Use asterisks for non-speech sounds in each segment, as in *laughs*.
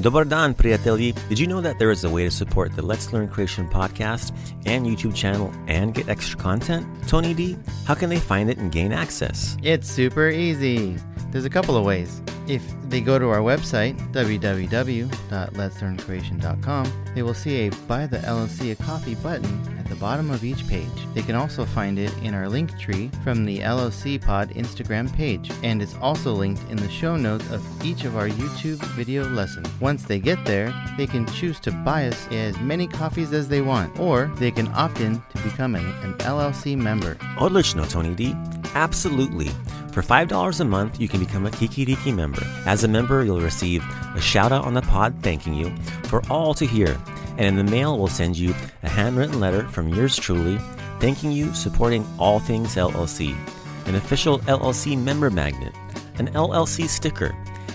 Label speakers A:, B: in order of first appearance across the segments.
A: Dobar dan, priatelji. Did you know that there is a way to support the Let's Learn Creation podcast and YouTube channel and get extra content? Tony D, how can they find it and gain access?
B: It's super easy. There's a couple of ways. If they go to our website, www.letslearncreation.com, they will see a Buy the LLC a Coffee button at the bottom of each page. They can also find it in our link tree from the LLC Pod Instagram page, and it's also linked in the show notes of each of our YouTube video lessons. Once they get there, they can choose to buy us as many coffees as they want, or they can opt in to becoming an LLC member.
A: Odlično, Tony D. Absolutely. For $5 a month, you can become a Kikiriki member. As a member, you'll receive a shout out on the pod thanking you for all to hear. And in the mail, we'll send you a handwritten letter from yours truly thanking you supporting all things LLC, an official LLC member magnet, an LLC sticker,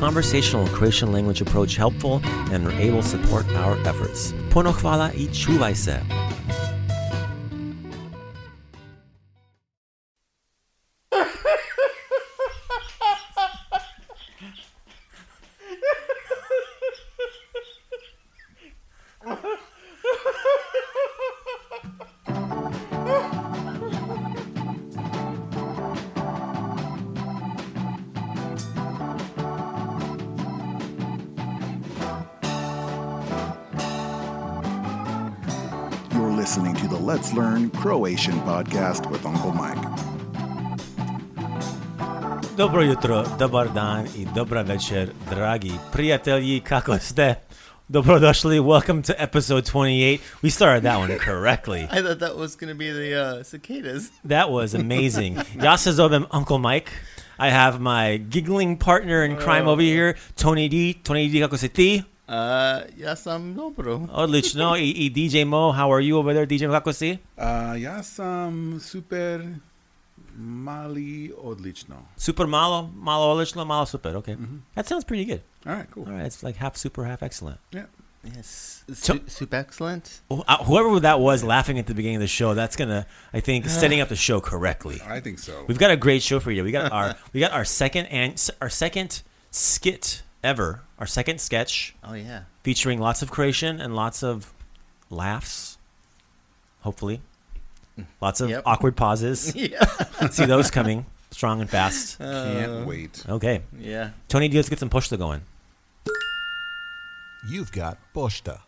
A: conversational Croatian language approach helpful and are able to support our efforts. Puno hvala i čuvaj se!
C: You're listening to the Let's Learn Croatian podcast with Uncle Mike.
A: Dobro jutro, dobar dan i dobra večer, dragi prijatelji, kako ste? Dobrodošli, welcome to episode 28. We started that one correctly.
B: *laughs* I thought that was going to be the uh, cicadas.
A: That was amazing. Yasazobem Uncle Mike. I have my giggling partner in crime over here, Tony D. Tony D, kako si ti?
B: Uh, yes, I'm dobro.
A: Odlično. E, I, I DJ Mo, how are you over there? DJ Mo, kako si?
D: Uh, ja sam super mali odlično.
A: Super malo, malo odlično, malo super. Okay. That sounds pretty good.
D: All right, cool.
A: All right, it's like half super, half excellent.
D: Yeah.
B: Yes.
A: So-
B: Su- soup excellent.
A: Wh- uh, Whoever that was laughing at the beginning of the show, that's going to, I think, setting up the show correctly.
D: I think so.
A: We've got a great show for you. We got our we got our second and our second skit ever, our second sketch
B: Oh, yeah.
A: featuring lots of creation and lots of laughs. Hopefully, lots of
B: Yep.
A: awkward
B: *laughs*
A: pauses.
B: Yeah.
A: See those coming strong and fast.
B: Uh.
D: Can't wait.
A: Okay,
B: yeah.
A: Tony, let's get some posta going.
E: You've got Posta.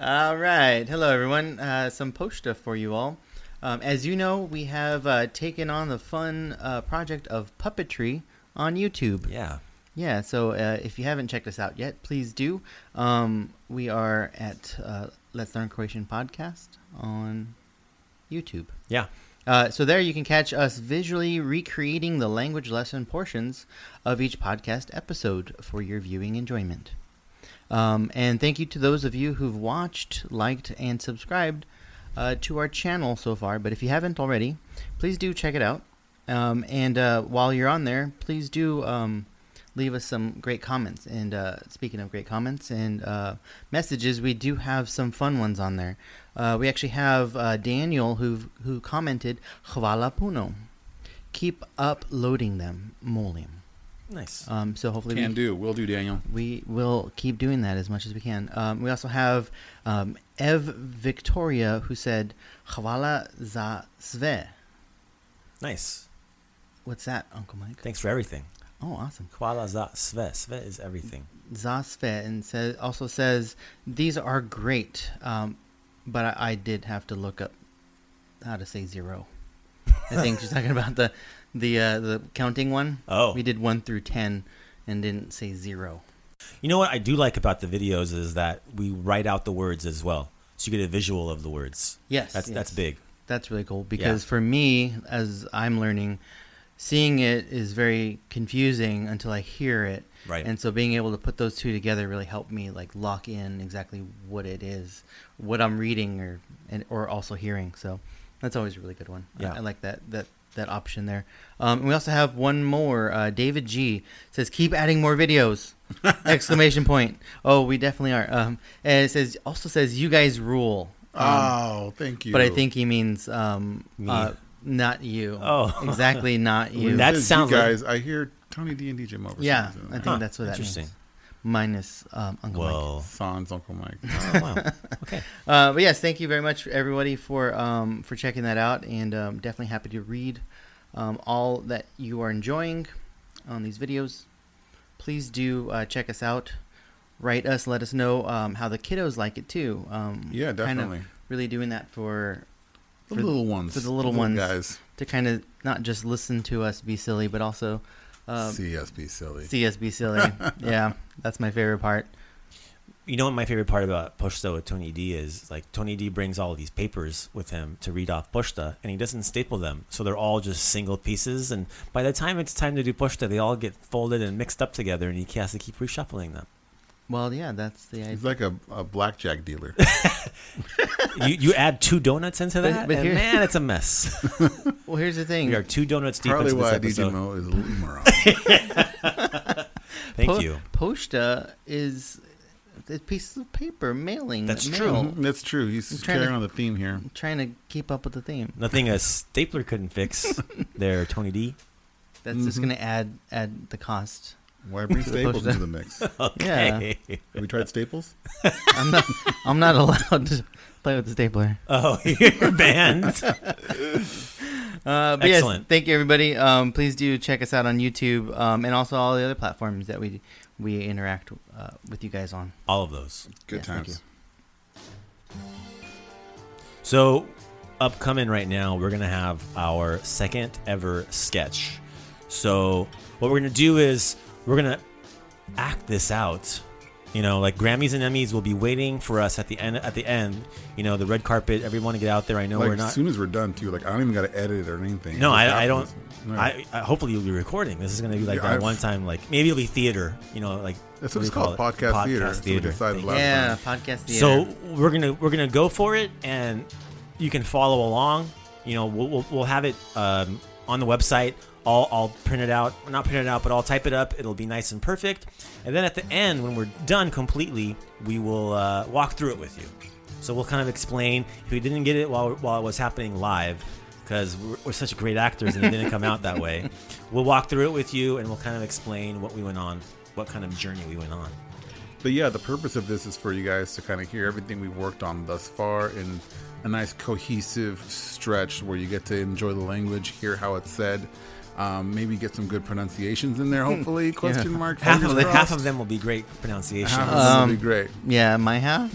B: All right. Hello, everyone. Uh, some posta for you all. Um, as you know, we have uh, taken on the fun uh, project of puppetry on YouTube.
A: Yeah,
B: Yeah, so uh, if you haven't checked us out yet, please do. Um, we are at uh, Let's Learn Croatian Podcast on YouTube.
A: yeah.
B: Uh, so there you can catch us visually recreating the language lesson portions of each podcast episode for your viewing enjoyment. Um, and thank you to those of you who've watched, liked, and subscribed uh, to our channel so far. But if you haven't already, please do check it out. Um, and uh, while you're on there, please do um, leave us some great comments. And uh, speaking of great comments and uh, messages, we do have some fun ones on there. Uh, we actually have uh, Daniel who who commented, "Hvala puno, keep uploading them, molim."
A: Nice.
B: Um, so hopefully we
D: Can do. Will do, Daniel.
B: we will keep doing that as much as we can. Um, we also have um, Ev Victoria who said, Hvala za sve.
A: nice.
B: What's that, Uncle Mike?
A: Thanks for everything.
B: Oh, awesome.
A: Koala za sve. Sve is everything.
B: Zasvet and says also says these are great, um, but I, I did have to look up how to say zero. I think she's talking about the the uh, the counting one.
A: Oh.
B: we did one through ten and didn't say zero.
A: You know what I do like about the videos is that we write out the words as well, so you get a visual of the words.
B: Yes,
A: That's that's
B: yes.
A: big.
B: That's really cool because for me, as I'm learning, seeing it is very confusing until I hear it.
A: Right.
B: And so being able to put those two together really helped me like lock in exactly what it is, what I'm reading or and or also hearing. So that's always a really good one. I-
A: Yeah.
B: I, like that that that option there. Um, and we also have one more. Uh, David G says, "Keep adding more
A: *laughs*
B: videos!" Exclamation point. Oh, we definitely are. Um, and it says also says, "You guys rule." Um,
D: oh, thank you.
B: but I think he means um,
A: Me.
B: uh, not you.
A: Oh.
B: exactly,
A: *laughs*
B: not you.
D: When it
A: That
D: says
A: sounds
D: you
A: like-
D: guys. I hear Tony D and DJ Mo. or
B: yeah,
D: something.
B: I think
A: Huh,
B: that's what that
A: interesting.
B: means. Minus um, Uncle Mike.
A: Well,
D: Sans Uncle Mike.
A: oh,
D: *laughs*
A: wow. Okay.
B: Uh, but yes, thank you very much, everybody, for um, for checking that out, and um, definitely happy to read um, all that you are enjoying on these videos. Please do uh, check us out, write us, let us know um, how the kiddos like it too. Um,
D: Yeah,
B: Kind
D: definitely.
B: of really doing that for
D: The
B: for-
D: little ones.
B: for the little ones.
D: Guys,
B: to kind of not just listen to us be silly, but also
A: *laughs*
B: um,
D: see us be silly.
B: see us be silly. yeah, that's my favorite part.
A: You know what my favorite part about Pushta with Tony D is? Like Tony D brings all these papers with him to read off Pushta, and he doesn't staple them, so they're all just single pieces. And by the time it's time to do Pushta, they all get folded and mixed up together, and he has to keep reshuffling them.
B: Well, yeah, that's the
D: He's
B: idea.
D: like a, a blackjack dealer.
A: You you add two donuts into
B: But-
A: that,
B: but
A: and
B: here-
A: man, it's a mess.
B: Well, here's the
A: we
B: thing.
A: are two donuts deep
D: Probably
A: into this
D: why DJ
A: episode.
D: Mo is a little
A: *laughs*
D: moron.
A: Thank
B: Po-
A: you.
B: Posta is a piece of paper mailing.
A: That's
B: mail.
A: true.
D: Mhm, That's true. He's,
B: He's trying
D: carrying
B: to-
D: on the theme here.
B: I'm trying to keep up with the theme.
A: Nothing a stapler couldn't fix
B: *laughs*
A: there, Tony D.
B: That's just
D: Mhm.
A: Mm-hmm.
B: going to add add the cost.
A: *laughs*
D: Why bring Staples
B: Push that.
D: into the mix? Have
A: Okay.
D: we tried Staples?
B: I'm not I'm not *laughs* allowed to play with the stapler.
A: Oh, *laughs* you're banned.
B: Uh, but yes,
A: Excellent.
B: thank you everybody. Um, please do check us out on YouTube um, and also all the other platforms that we we interact uh, with you guys on.
A: All of those.
B: Yes,
D: Good
B: thank
D: times.
A: So, upcoming right now, we're going to have our second ever sketch. So, what we're going to do is we're going to act this out. You know, like Grammys and Emmys will be waiting for us at the end. At the end, you know, the red carpet. Everyone get out there. I know
D: like
A: we're not.
D: as soon as we're done too. Like I don't even got to edit it or anything.
A: No,
D: It just
A: I, I don't.
D: happens. No.
A: I, I hopefully you'll be recording. This is going to be like
D: Yeah,
A: that
D: I've-
A: one time. Like maybe it'll be theater. You know, like
D: That's
A: do
D: what it's
A: you call
D: called, podcast theater.
A: Podcast
D: So we
A: theater.
D: decided
A: Thank
D: last- Lot of
B: yeah, podcast theater.
A: so we're gonna we're gonna go for it, and you can follow along. You know, we'll we'll, we'll have it um, on the website. I'll, I'll print it out, not print it out, but I'll type it up. It'll be nice and perfect. And then at the end, when we're done completely, we will uh, walk through it with you. So we'll kind of explain if we didn't get it while while it was happening live, because we're, we're such great actors and it didn't come out that *laughs* way. We'll walk through it with you, and we'll kind of explain what we went on, what kind of journey we went on.
D: But yeah, the purpose of this is for you guys to kind of hear everything we've worked on thus far in a nice cohesive stretch where you get to enjoy the language, hear how it's said, um, maybe get some good pronunciations
A: *laughs*
D: in there. Hopefully, question mark.
A: Half of,
D: fingers
A: the, half
D: crossed.
A: of Um, them will be great pronunciations.
D: Half of them would be great.
B: yeah, my house.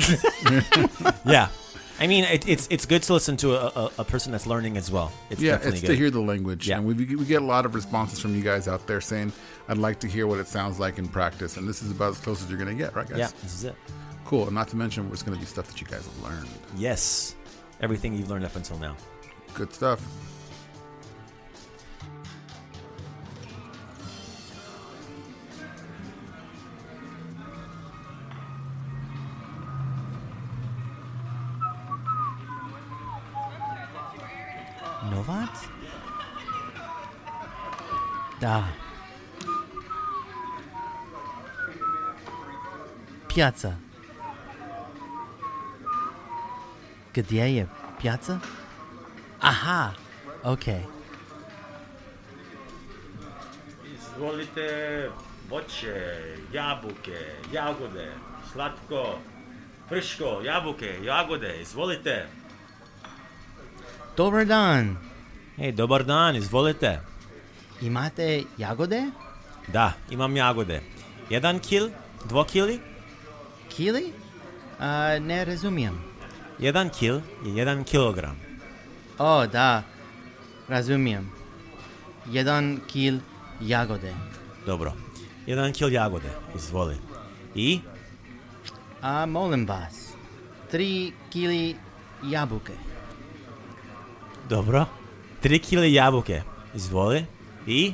A: *laughs* Yeah, *laughs* I mean it, it's it's good to listen to a, a, a person that's learning as well. It's
D: yeah,
A: definitely
D: it's
A: good.
D: to hear the language,
A: Yeah.
D: and we, we get a lot of responses from you guys out there saying, "I'd like to hear what it sounds like in practice," and this is about as close as you're gonna get, right, guys?
A: yeah, this is it.
D: Cool. And not to mention, it's gonna be stuff that you guys have learned.
A: Yes, everything you've learned up until now.
D: Good stuff.
B: Novat? Da. Piazza. Gdzie je piazza? Aha. Okay.
E: Izvolite voće, jabuke, jagode, slatko, friško, jabuke, jagode, izvolite.
B: Dobar dan.
A: Hey, dobar dan, izvolite.
B: Imate jagode?
A: Da, imam jagode. Jedan kil, dvo kili,
B: Kili? A, ne razumijem.
A: jedan kil je jedan kilogram.
B: O, da. Razumijem. Jedan kil jagode.
A: Dobro. Jedan kil jagode, izvoli. I
B: A molim vas, tri kili jabuke.
A: Dobro. Tri kile jabuke. Izvoli. I?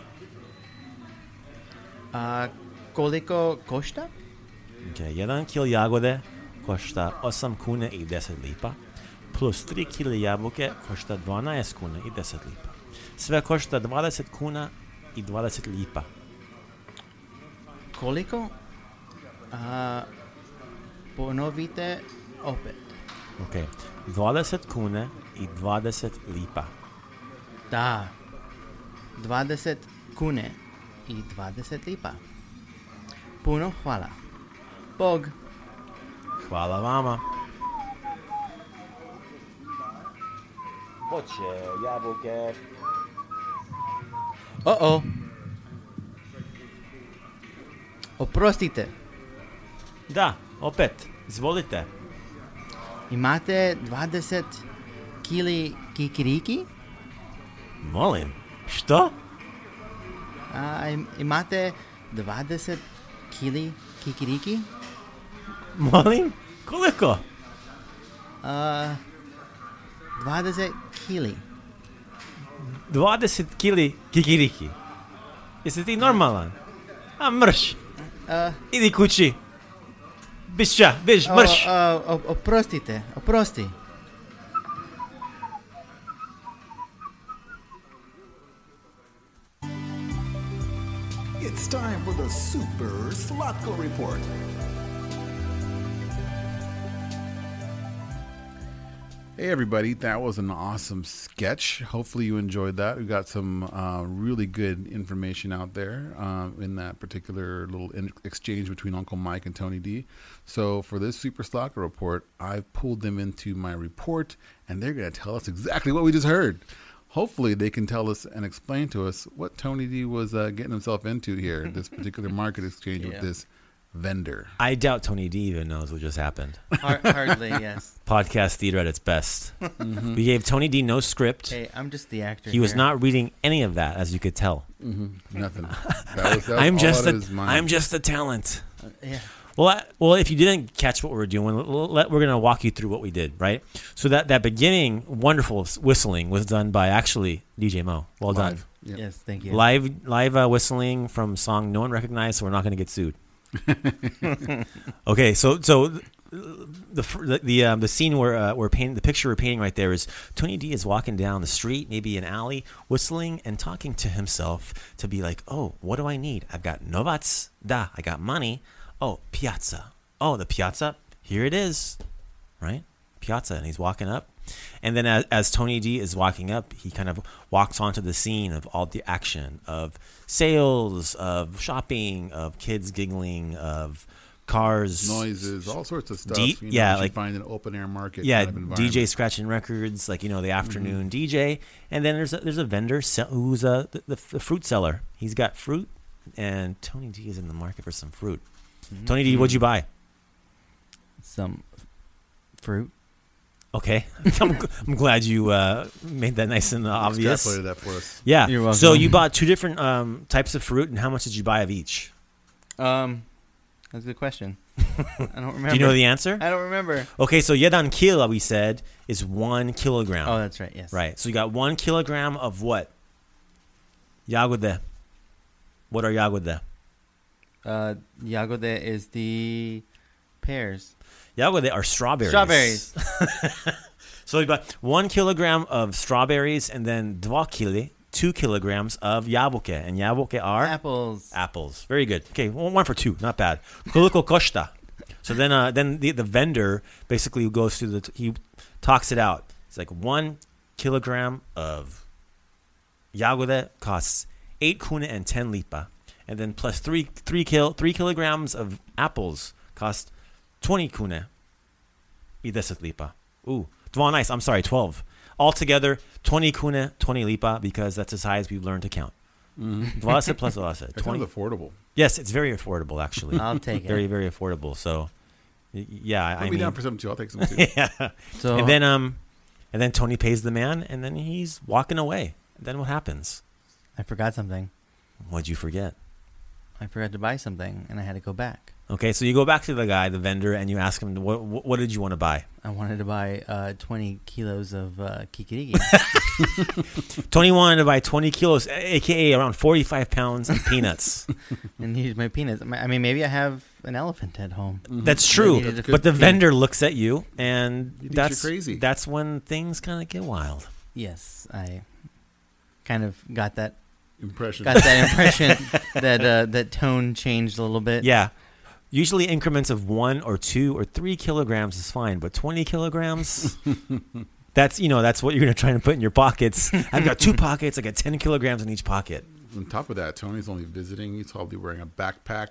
B: A koliko košta?
A: Okay, jedan kil jagode košta 8 kune i 10 lipa. Plus 3 kile jabuke košta 12 kuna i 10 lipa. Sve košta 20 kuna i 20 lipa.
B: Koliko? A, ponovite opet.
A: Ok. 20 kune i 20 lipa.
B: Da. 20 kune i 20 lipa. Puno hvala. Bog.
A: Hvala vama.
E: Voće, jabuke,
B: O-o. Oprostite,
A: Da, opet. Izvolite.
B: imate 20 kili kikiriki?
A: Molim. Što?
B: A, im- imate 20 kili kikiriki?
A: Molim? Koliko?
B: A, 20 kili.
A: 20 kili kikiriki. Jesi ti normalan? A mrš.
D: Eh.
A: Idi kući. Bišća, biš,
B: O,
A: mrš.
B: o, o- oprostite, oprosti.
C: It's time for the Super Slotko Report.
D: Hey, everybody, that was an awesome sketch. Hopefully, you enjoyed that. We got some uh, really good information out there um, in that particular little in- exchange between Uncle Mike and Tony D. So, for this Super Slacker report, I've pulled them into my report, and they're going to tell us exactly what we just heard. Hopefully, they can tell us and explain to us what Tony D was uh, getting himself into here, this particular market exchange with this vendor.
A: I doubt Tony D even knows what just happened.
B: Har- *laughs* hardly, yes.
A: Podcast theater at its best.
D: Mm-hmm.
A: We gave Tony D no script.
B: Hey, I'm just the actor.
A: he was
B: here.
A: not reading any of that, as you could tell. *laughs*
D: Nothing. That was, that was
A: I'm
D: all
A: just
D: out of
A: a,
D: his mind.
A: I'm just a talent.
B: Yeah.
A: Well, I, well, if you didn't catch what we were doing, l- let, we're going to walk you through what we did, right? So that that beginning, wonderful s- whistling was done by actually DJ Mo. Well done.
D: Live. Yep.
B: Yes, thank you.
A: live live uh, whistling from song no one recognized, so we're not going to get sued. okay, so so th- the fir- the the, um, the scene where uh, we're painting the picture we're painting right there is Tony D is walking down the street, maybe an alley, whistling and talking to himself to be like, oh, what do I need? I've got novats, da, I got money. Oh, piazza. Oh, the piazza. Here it is right? Piazza, and he's walking up. And then as, as Tony D is walking up, he kind of walks onto the scene of all the action of sales, of shopping, of kids giggling, of cars.
D: noises, all sorts of stuff.
A: D-
D: you know,
A: yeah,
D: that you
A: like-
D: find an open air market.
A: Yeah,
D: kind of environment.
A: DJ scratching records, like you know the
B: Mm-hmm.
A: afternoon DJ, and then there's a, there's a vendor se- who's a the, the, the fruit seller. He's got fruit, and Tony D is in the market for some fruit.
B: Mm-hmm.
A: Tony D, what'd you buy?
B: Some f- fruit.
A: Okay, *laughs* I'm, g- I'm glad you uh, made that nice and obvious.
D: Extrapolated that for us.
A: *laughs* Yeah.
B: You're welcome.
A: So you bought two different um, types of fruit, and how much did you buy of each?
B: Um, that's a good question. *laughs* I don't remember.
A: Do you know the answer?
B: I don't remember.
A: Okay, so yedan kila we said is one kilogram.
B: Oh, that's right. Yes.
A: right. So you got one kilogram of what? Yagode. What are yagode?
B: Uh, yagode is the pears.
A: Yagode are strawberries.
B: Strawberries.
A: *laughs* so you bought one kilogram of strawberries, and then dva kili, two kilograms of yabuke, and yabuke are
B: Apples.
A: Ah. apples. Very good. Okay, one one for two, not bad. Kuliko Costa. So then, uh, then the, the vendor basically goes through the he talks it out. It's like one kilogram of yagode costs eight kuna and ten lipa, and then plus three three kil three kilograms of apples cost twenty kuna i deset lipa. Ooh, dwan ice. I'm sorry, twelve. Altogether, twenty kuna, twenty lipa, because that's as high as we've learned to count. Vlasa plus Vlasa.
D: It
A: 20.
D: sounds affordable.
A: Yes, it's very affordable, actually. *laughs*
B: I'll take it.
A: Very, very affordable. So, y- yeah, I
D: Put
A: I
D: me
A: mean,
D: down for some too. I'll take some too.
A: *laughs* yeah.
B: So
A: and then um, and then Tony pays the man, and then he's walking away. Then what happens?
B: I forgot something.
A: What'd you forget?
B: I forgot to buy something, and I had to go back.
A: Okay, so you go back to the guy, the vendor, and you ask him, "What, what, what did you want to buy?"
B: I wanted to buy uh, 20 kilos of uh,
A: *laughs*
B: kikiriki.
A: Tony wanted to buy 20 kilos, a- aka around 45 pounds of peanuts.
B: and use my penis. I mean- I mean, maybe I have an elephant at home.
D: Mm-hmm.
A: That's true.
B: Maybe it's
A: but the
B: good.
A: vendor looks at you, and
D: He thinks you're
A: that's
D: crazy.
A: That's when things kind of get wild.
B: Yes, I kind of got that
D: Impression.
B: got
A: *laughs*
B: that impression that uh, that tone changed a little bit.
A: Yeah. Usually increments of one or two or three kilograms is fine, but 20
D: *laughs*
A: kilograms, that's, you know, that's what you're going to try and put in your pockets. I've got
D: *laughs*
A: two pockets. I got 10 kilograms in each pocket.
D: On top of that, Tony's only visiting. He's probably wearing
A: *laughs*
D: a backpack.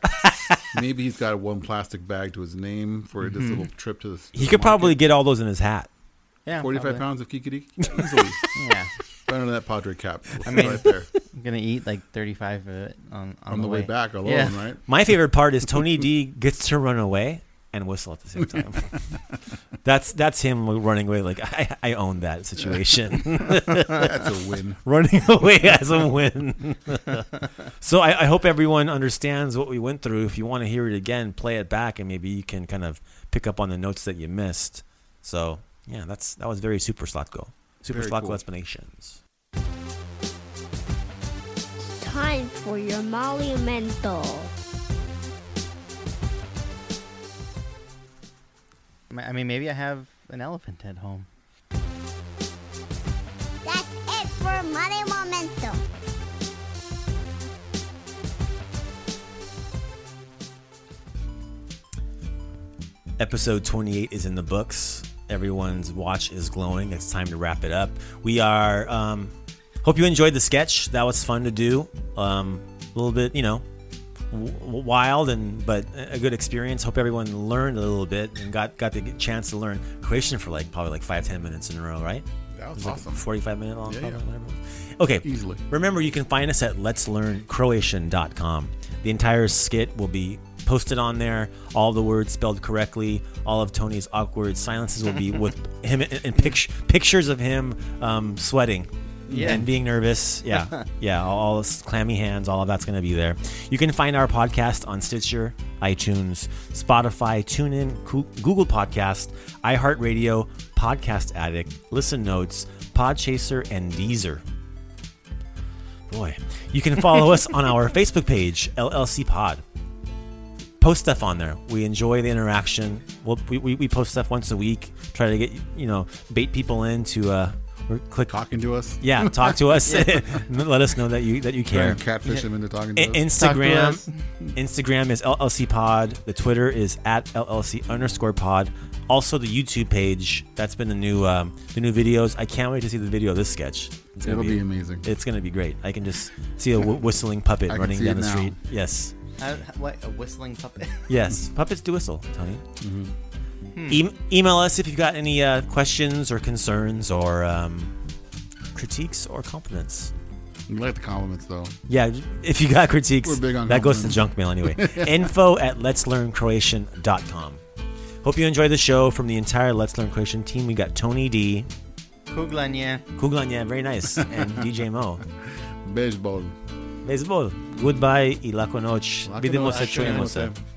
D: Maybe he's got one plastic bag to his name for this little trip to the.
A: Mm-hmm. He could probably get all those in his hat.
B: yeah,
D: forty-five
B: probably.
D: pounds of kikiri
A: *laughs*
D: easily.
B: Yeah,
D: right under that Padre cap. I
B: mean-
D: right there
B: I'm gonna eat like 35 of it on on,
D: on the way, back alone,
B: Yeah.
D: right?
A: My favorite part is Tony
D: *laughs*
A: D gets to run away and whistle at the same time. that's that's him running away. Like I, I own that situation.
D: That's a win.
A: running *laughs* away as a win. *laughs* so I, I hope everyone understands what we went through. If you want to hear it again, play it back, and maybe you can kind of pick up on the notes that you missed. So yeah, that's that was very super Slotko. Super
D: Very
A: Slotko
D: cool.
A: explanations.
F: Time for your monumental.
B: Ma- I mean, maybe I have an elephant at home.
F: That's it for monumental.
A: Episode 28 is in the books. Everyone's watch is glowing. It's time to wrap it up. We are. Um, hope you enjoyed the sketch. That was fun to do. Um, a little bit, you know, w- w- wild and but a a good experience. Hope everyone learned a little bit and got got the g- chance to learn Croatian for like probably like five ten minutes in a row, right?
D: That
A: It
D: was
A: was
D: awesome.
A: Like Forty-five minute long.
D: Yeah,
A: probably,
D: yeah.
A: whatever it was. Okay.
D: Easily.
A: Remember, you can find us at Let's Learn Croatian.com. The entire skit will be posted on there. All the words spelled correctly. All of Tony's awkward silences will be with him and, and pict- pictures of him um, sweating.
B: Yeah.
A: And being nervous. Yeah. yeah. All, all this clammy hands, all of that's going to be there. You can find our podcast on Stitcher, iTunes, Spotify, TuneIn, Coo- Google Podcast, iHeartRadio, Podcast Addict, Listen Notes, Podchaser, and Deezer. Boy. You can follow us on our Facebook page, LLC Pod. Post stuff on there. We enjoy the interaction. We'll, we, we, we post stuff once a week, try to get, you know, bait people in to uh, or click
D: Talking to us.
A: *laughs* yeah, talk to us. *laughs* Let us know that you that you care.
D: Trying to catfish him into talking to
A: I-
D: us.
A: Instagram,
B: us.
A: Instagram is LLC Pod. The Twitter is at LLC underscore Pod. Also, the YouTube page. That's been the new um, the new videos. I can't wait to see the video of this sketch. It's
D: It'll be amazing.
A: It's gonna be great. I can just see a w- whistling puppet
D: I can
A: running
D: see
A: down
D: it
A: the
D: now.
A: street. Yes,
B: How, how- what a whistling *laughs* puppet.
A: yes. Puppets do whistle, Tony.
D: Mm-hmm.
A: E- email us if you've got any uh, questions or concerns or um, critiques or compliments.
D: We like the compliments though.
A: Yeah, if you got critiques,
D: We're big on
A: that goes to
D: compliments.
A: junk mail
D: *laughs*
A: anyway. Info at letslearncroatian.com. Hope you enjoyed the show from the entire Let's Learn Croatian team. We got Tony D,
B: Kuglanya.
A: Kuglanya, very nice, and
D: *laughs*
A: DJ Mo.
D: Baseball.
A: Baseball. Goodbye i lako noć.
D: Lako
A: Vidimo
D: noć,
A: se, čujemo
D: čujemo
A: se.
D: se.